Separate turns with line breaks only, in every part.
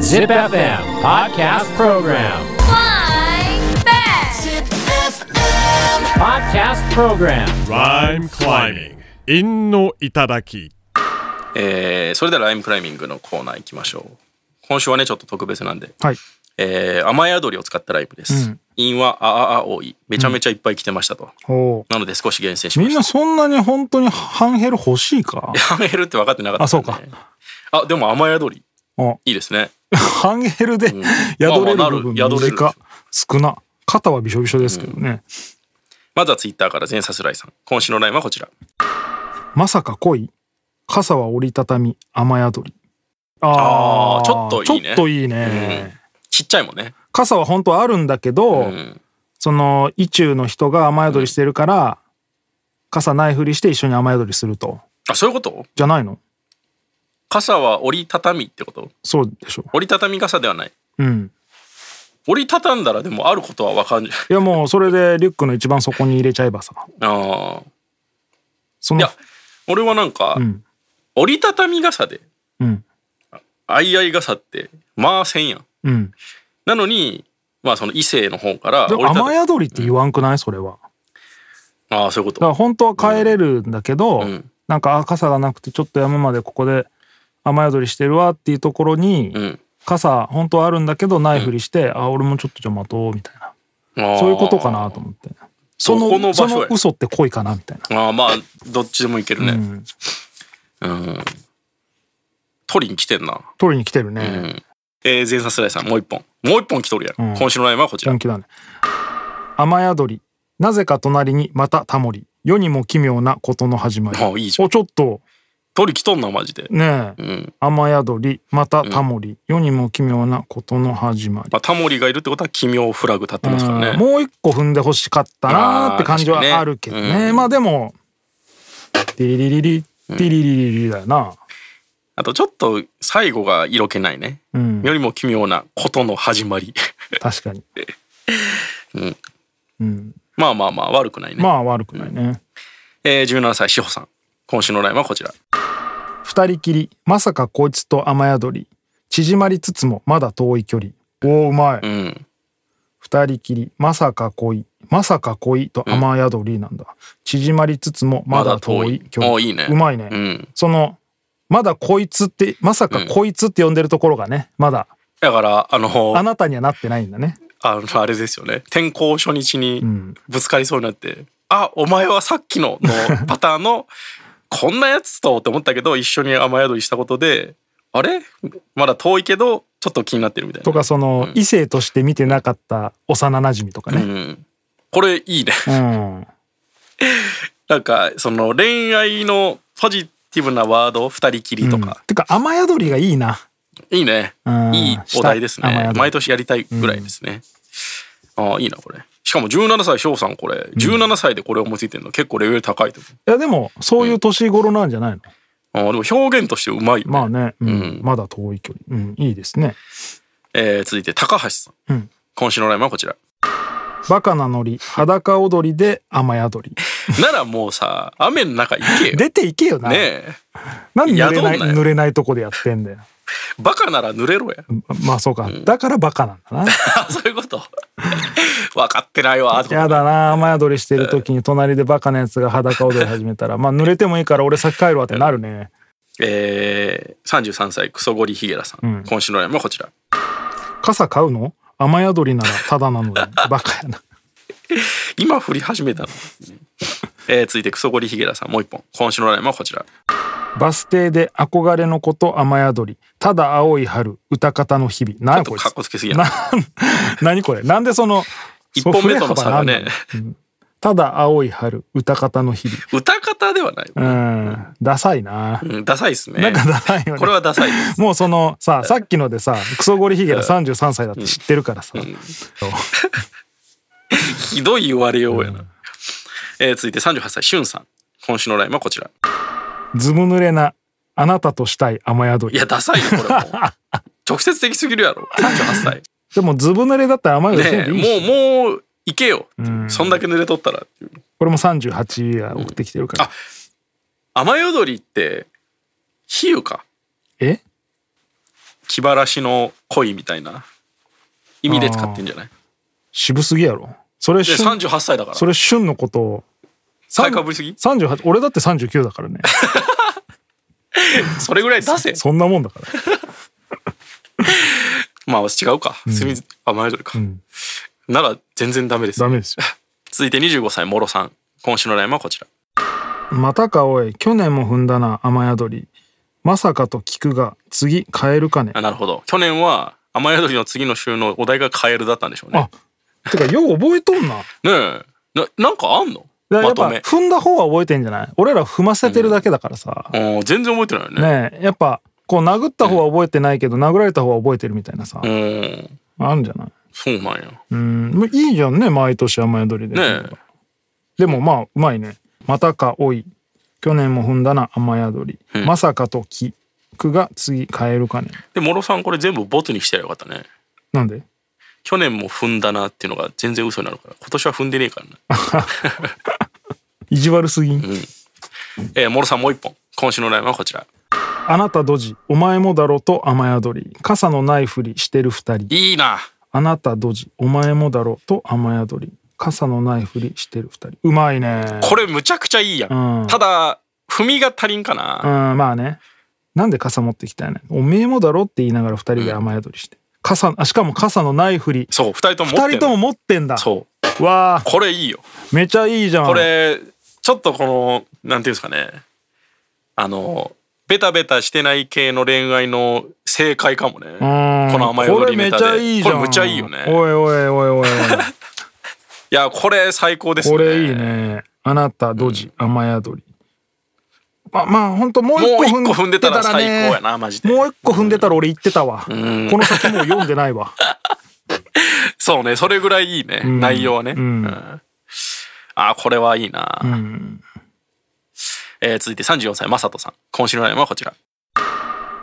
Zip FM Podcast Program.
Flying back.
Podcast Program.
Rhyme climbing. 陰の頂き。
えーそれではライムクライミングのコーナー行きましょう今週はねちょっと特別なんで、
はい。
えー雨宿りを使ったライブです、陰はあああ多いめちゃめちゃいっぱい来てましたと、
おう
なので少し厳選しま
みん
した
なそんなに本当にハンヘル欲しいか
ハンヘルって分かってなかった、ね、
あそうか
あでも雨宿り
あ
いいですね
ハンヘルで
ん
宿れる
まあまあなる
部分
宿れる
短少な肩はびしょびしょですけどね、
まずはツイッターから全サスライさん今週のライムはこちら
まさか恋傘は折りたたみ雨宿り
あーちょっといいね
ちょっといいね、
ちっちゃいもんね
傘は本当はあるんだけど、
うん
その意中の人が雨宿りしてるから、傘ないふりして一緒に雨宿りすると
あそういうこと
じゃないの
傘は折りたたみってこと
そうでしょ
折りたたみ傘ではない
うん
折りたたんだらでもあることは分かんない
いやもうそれでリュックの一番底に入れちゃえばさ
ああ
そ
い
の
や俺はなんか、
うん
折りたたみ傘で
うん
あいあい傘ってまあせんやん
うん
なのにまあその異性の方から
で
折りたた
雨宿りって言わんくないそれは
ああそういうこ
だから
と
本当は帰れるんだけど、
うん
なんかあ傘がなくてちょっと山までここで雨宿りしてるわっていうところに、
うん
傘本当はあるんだけどないふりして、あ俺もちょっとじゃあ待とうみたいなそういうことかなと思ってその
そこの場所
そ
へ
の嘘って恋かなみたいな、
あーあーまあどっちでもいける
う
ね
ん、
うん、取りに来てんな
取りに来てる
う
ね、
んえー、前さすらいさんもう一本もう一本来とるやん、
うん
今週のライブはこちら
本気だね雨宿りなぜか隣にまたタモリ世にも奇妙なことの始まり
あいいじゃん
おちょっと
取り来とんなマジで
ねえ
うん
雨宿りまたタモリ、世にも奇妙なことの始まり
まあ、タモリがいるってことは奇妙フラグ立ってますから
う
ね
んもう一個踏んでほしかったなーって感じは
あー確かにね
あるけどね
うん
まあでもディリリリリディリリリリだよな、
あとちょっと最後が色気ないね、
うん、
よりも奇妙なことの始まり
確かに、
ん
うん、
まあまあまあ悪くないね、
まあ悪くないね
えー、17歳志保さん今週のライブはこちら
二人きりまさかこいつと雨宿り縮まりつつもまだ遠い距離おおうまい
うん
二人きりまさか恋まさか恋と雨宿りなんだ、縮まりつつもまだ遠い距離、
まだ遠いおーいいね
うまいね、
うん
そのまだこいつってまさかこいつって呼んでるところがねまだ
だからあの
あなたにはなってないんだね
あのあれですよね転校初日に
ん
ぶつかりそうになって「あお前はさっきの」 のパターンの「こんなやつと」って思ったけど一緒に雨宿りしたことで「あれまだ遠いけどちょっと気になってる」みたい
と
な。
かその、異性として見てなかった幼馴染とか
う
ね
ん、これいいね
うん、
なんかその恋愛のポジティブなワード二人きりとか、
てか雨宿りがいいない
いね、
うん
いいお題です
した雨
ね
宿り
毎年やりたいぐらいですね、ああいいなこれしかも17歳翔さんこれ17歳でこれ思いついてるの結構レベル高いと思う
いやでもそういう年頃なんじゃないの、
あーでも表現としてうまいよね、
まあね、うん
うん
まだ遠い距離、うん、いいですね
えー続いて高橋さん、
うん
今週のライブはこちら
バカなノリ裸踊りで雨宿り
ならもうさ雨の中行けよね
出ていけよな、
え
なんで濡れない
宿んなよ
濡れないとこでやってんだよ
バカなら濡れろや
まあそうか、だからバカなんだな
あ そういうこと分かってないわと
やだな雨宿りしてる時に隣でバカなやつが裸踊り始めたらまあ濡れてもいいから俺先帰るわってなるね
えー、33歳クソゴリヒゲラさん、
うん
今週のライブはこちら
傘買うの雨宿りならただ なのにバカやな
今振り始めたの、えー続いてクソゴリヒゲラさんもう一本今週のライブはこちら
バス停で憧れの子と雨宿りただ青い春歌方の日々何や
ちょっ
こ
と
いつ
かっこつけすぎやな
な何これなんでその
一本目との差がね
そう振れ幅なんだようんただ青い春歌方の日々
歌方ではない、
うんダサいな
うん、ダサいっすね
なんかダサいよね
これはダサいです
もうそのささっきのでさクソゴリヒゲが33歳だって知ってるからさ、
ひどい言われようやな、えー続いて38歳しゅんさん今週のライブはこちら
ずぶ濡れなあなたとしたい雨宿
い
り
や、ダサいよ、これもう。直接的すぎるやろ。38歳。
でもずぶ濡れだったら雨宿りせ
ねえ、
ん でいいし、
もう、もう、行けよ。
ん
そんだけ濡れとったら。
これも38が送ってきてるから、
あ雨宿りって、比喩か。
え
気晴らしの恋みたいな意味で使ってんじゃない
渋すぎやろそれ
で
旬
38歳だから
それ旬のことを
買いかぶりすぎ
38俺だって39だからね
それぐらい出せ
そんなもんだから
まあ違うか住み、あ前ぞれか、
ん
なら全然ダメです
ダメですよ
続いて25歳もろさん今週のラインはこちら
またかおい去年も踏んだな雨宿りまさかと聞くが次買えるかね
あなるほど去年は雨宿りの次の週のお題がカエルだったんでしょうね
あてかよう覚えとんなだか
ねえななんかあんの
らや
ま
っぱ
とめ
踏んだ方は覚えてんじゃない俺ら踏ませてるだけだからさ、
うん全然覚えてないよね
ねえやっぱこう殴った方は覚えてないけど、殴られた方は覚えてるみたいなさ、
うん
あるんじゃない
そうなんや
うんもういいじゃんね毎年雨宿りで、
ねえ
でもまあうまいねまたかおい去年も踏んだな雨宿り、
ん
まさかと聞くが次買えるかね
でもろさんこれ全部ボツにしてやよかったね
なんで
去年も踏んだなっていうのが全然嘘になるから今年は踏んでねえからな、
意地悪すぎん、
えー、もろさんもう一本今週のラインはこちら
あなたドジお前もだろと雨宿り傘のないふりしてる二人
いいな
あなたドジお前もだろと雨宿り傘のないふりしてる二人うまいね
これむちゃくちゃいいやん、
うん
ただ踏みが足りんか
うん
な、
まあねなんで傘持ってきたよねんおめえもだろって言いながら二人で雨宿りして傘あしかも傘のないふり
そう二人とも持っ
二
て
人
ん
と
の
も持ってんだ
そう
わあ
これいいよ
めちゃいいじゃん
これちょっとこのなんていうんですかねあのベタベタしてない系の恋愛の正解かもねこ
うん
の甘え踊りネタで
これめちゃいいじゃん
これむちゃいいよね
おいおいおいおい おい
いやこれ最高ですね
これいいねあなたドジ雨宿りままあ本当もう
もう
一
一個
個
踏
踏ん
ん
で
で
た
た
ら
ら
ね
最高やなマジで
もう一個踏んでたら俺言ってたわ、
ん
この先もう読んでないわ
そうねそれぐらいいいね、
ん
内容はね、
うん
ああこれはいいな、
うん
えー続いて34歳マサトさん今週のラインはこちら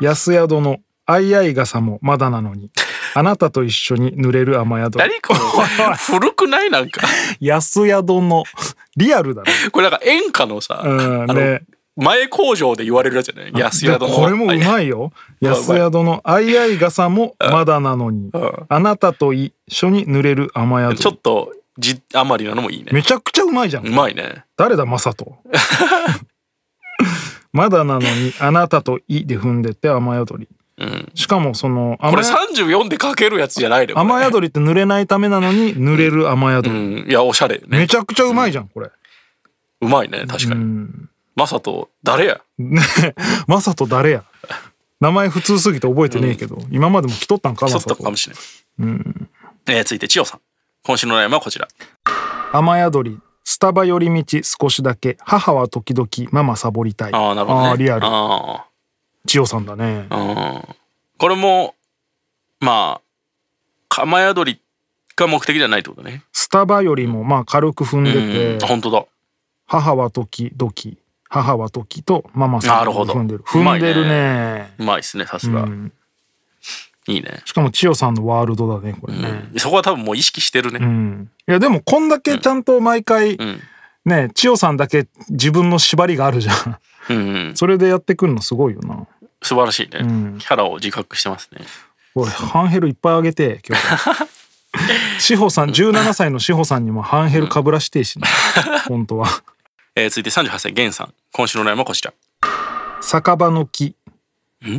安宿のあいあい傘もまだなのにあなたと一緒に濡れる雨宿り
何これ古くないなん か
安宿のリアルだね
これなんか演歌のさ、
うん
あの
ね
前工場で言われるやつじゃない安宿
で
の
これもうまいよ安宿のあいあい傘もまだなのに
ん
あなたと一緒に濡れる雨宿り
ちょっとじあまりなのもいいね
めちゃくちゃうまいじゃん
うまいね
誰だマサト まだなのに「あなた」と「い」で踏んでて雨宿り
うん
しかもその
こ
雨
れ34で書けるやつじゃないのよこれ
雨宿りって濡れないためなのに濡れる雨宿り、
うんいやおしゃれね
めちゃくちゃうまいじゃんこれ、
うまいね確かに、マサト誰や
ねえマサト誰や名前普通すぎて覚えてねえけど、今までも来とったんか
ちょ
マ
っ
サ
と
ト
かもしれない、えー続いて千代さん今週の悩みはこちら
雨宿りスタバ寄り道少しだけ母は時々ママサボりたい
ああなるほど、ね、
あーリアル
あ
千代さんだね
ーうんこれもまあ雨宿りが目的じゃないってことね
スタバよりもまあ軽く踏んでて、
うん本当だ
母は時々母は時とママさ
なんるほ
を
ど
踏んでる
う
踏
ま
ん
い
で
ね
るね
うまいっすねさすが、
うん
いいね
しかも千代さんのワールドだねこれね
そこは多分もう意識してる
う
ね
ん、いやでもこんだけちゃんと毎回、
うん
ね千代さんだけ自分の縛りがあるじゃん
う ん、うん、
それでやってくるのすごいよな
素晴らしいね、
ん
キャラを自覚してますね
おいハンヘルいっぱいあげて今 日志保さん17歳の志保さんにもハンヘルかぶらして えしな本当は
えー続いて38歳ゲンさん今週の悩みはこちら
酒場の木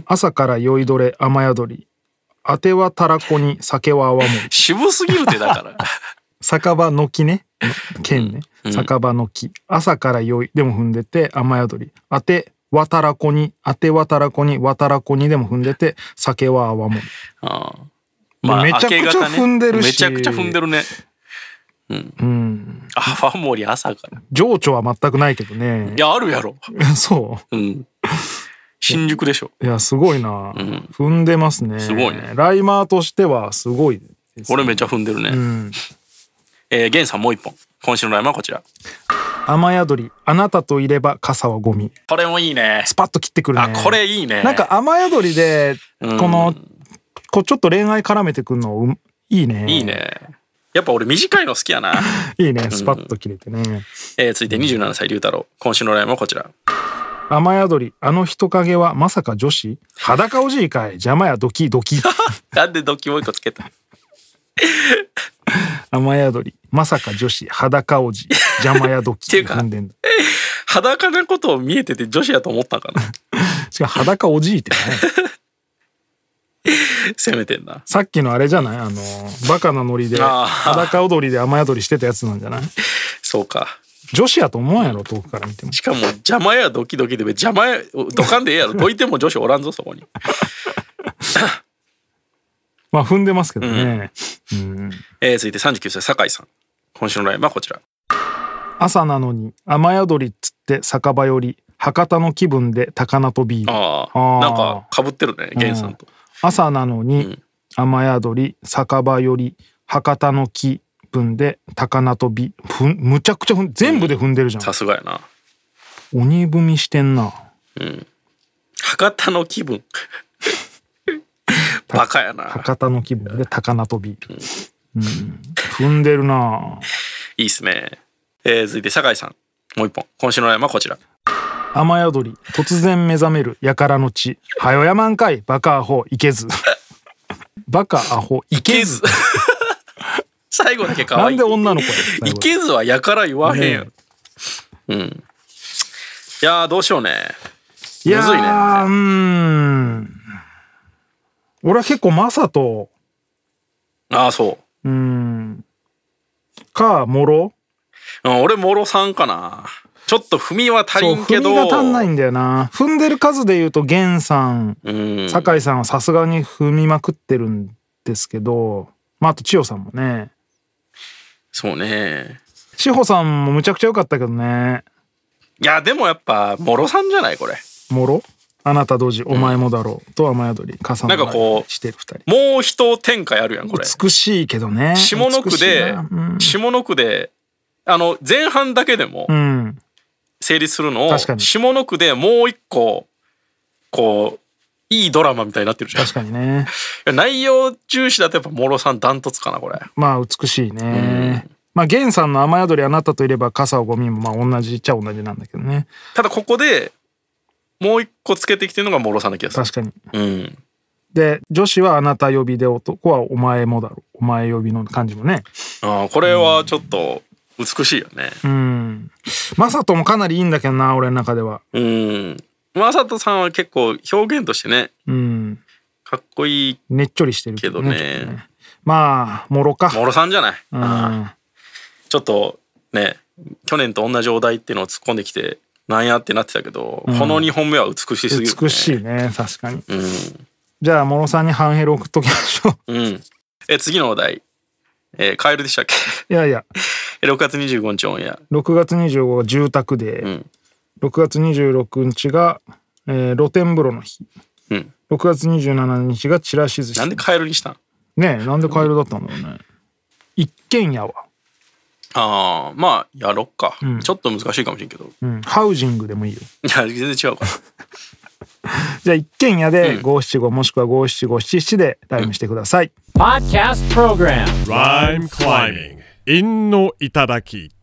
朝から酔いどれ雨宿りあてはたらこに酒は泡盛
渋すぎるってだ から
酒場の木ねの剣ね、酒場の木朝から酔いでも踏んでて雨宿りあてわたらこにあてわたらこにわたらこにでも踏んでて酒は泡盛
あーまあ
めちゃくちゃ
明け方ね
踏んでるし
めちゃくちゃ踏んでるね
うん
あファンモリ朝から
情緒は全くないけどね
いやあるやろ
そ
うん新宿でしょ
ういやすごいな、
ん
踏んでますね
すごいね
ライマーとしてはすごいです
俺めっちゃ踏んでるね、
うん
えーゲンさんもう一本今週のライマはこちら
雨宿りあなたといれば傘はゴミ
これもいいね
スパッと切ってくるね
あこれいいね
なんか雨宿りでこ
うん
のこうちょっと恋愛絡めてくるのうんいいね
いいねやっぱ俺短いの好きやな、
いいねスパッと切れてね
えー続いて27歳龍太郎今週のライマはこちら
雨宿りあの人影はまさか女子裸おじいかい邪魔やドキ ドキ
なんでドキもう一個つけた
雨宿りまさか女子裸おじい邪魔やドキ
ていうか
踏んでんだ
裸なことを見えてて女子やと思ったんか な
しかも裸おじいってね
攻めてんな
さっきのあれじゃないあのバカなノリで
あー
裸踊りで雨宿りしてたやつなんじゃない
そうか
女子やと思うんやろ遠くから見ても
しかも邪魔やドキドキで邪魔やドカンでええやろどいても女子おらんぞそこに
まあ踏んでますけどね、うん
えー、続いて39歳酒井さん今週のラインはこちら
朝なのに雨宿りっつって酒場より博多の気分で高菜とビール
あ
あー
あなんかかぶってるね源さんと、
朝なのに雨宿り酒場より博多の気分で高菜とビふんむちゃくちゃ踏ん全部で踏んでるじゃん、
さすがやな
鬼踏みしてんな
博多の気 分バカやな
博多の気分で高菜とビール、うん、踏んでるない
いっすね、えー、続いて酒井さんもう一本今週のラインはこちら
雨宿り突然目覚めるやからの血はよやまんかいバカアホいけ ずバカアホいけず
最後だけ可
な
愛
ん
い
で女の子や
いけずはやから言わへんやろ、うんいやーどうしようね
いやー
むずいね
うーん俺は結構マサと
ああそう
ーんかもろ
う、うん、俺もろさんかなちょっと踏みは足
そ
り
うん
け
踏
ど
みが足んないんだよな踏んでる数で言うと源さん
うん
酒井さんはさすがに踏みまくってるんですけどまああと千代さんもね
そうね
志保さんもむちゃくちゃ良かったけどね
いやでもやっぱもろさんじゃないこれ
もろあなた同時お前もだろうと雨宿り重な
なんかこう
してる二人
もう人展開あるやんこれ
美しいけどね
下の
美
句
しい
で
なうん、
下の句であの前半だけでも
うん
成立するのを
確かに
下の句でもう一個こういいドラマみたいになってるじゃん
確かにね
内容重視だとやっぱもろさんダントツかなこれ
まあ美しいね。まあ源さんの雨宿りあなたといれば傘をゴミもまあ同じっちゃ同じなんだけどね。
ただここでもう一個つけてきてるのがもろさんな気がす
確かに。
るうん
で女子はあなた呼びで男はお前もだろうお前呼びの感じもね。
あーこれはちょっと美しいよね
うん。マサトもかなりいいんだけどな俺の中では。
うんマサトさんは結構表現としてね
うん。
かっこいい
ねっちょりしてるけ
けど
どね。
ね
ちょっとねまあもろか。
もろさんじゃない、
う
あー
ん。
ちょっとね去年と同じお題っていうのを突っ込んできてなんやってなってたけど、この2本目は美しすぎる、ね、
美しいね確かに。
うん
じゃあもろさんに半ヘル送っときましょう。
うん、え次のお題、えーカエルでしたっけ
いやいや
え6月25日オンエア
6月25が住宅で、
ん
6月26日が、えー露天風呂の日、
うん
6月27日がちらし寿司
なんでカエルにしたん
ねえなんでカエルだったんだろうね一軒家は、
ああまあやろっか、
ん
ちょっと難しいかもしれんけどい
うん、ハウジングでもいいよ
や全然違うから
じゃあ一軒家で
うん
五七五もしくは五七五七七でライムしてください、
Podcast Program
Rhyme climbing. 陰の頂き。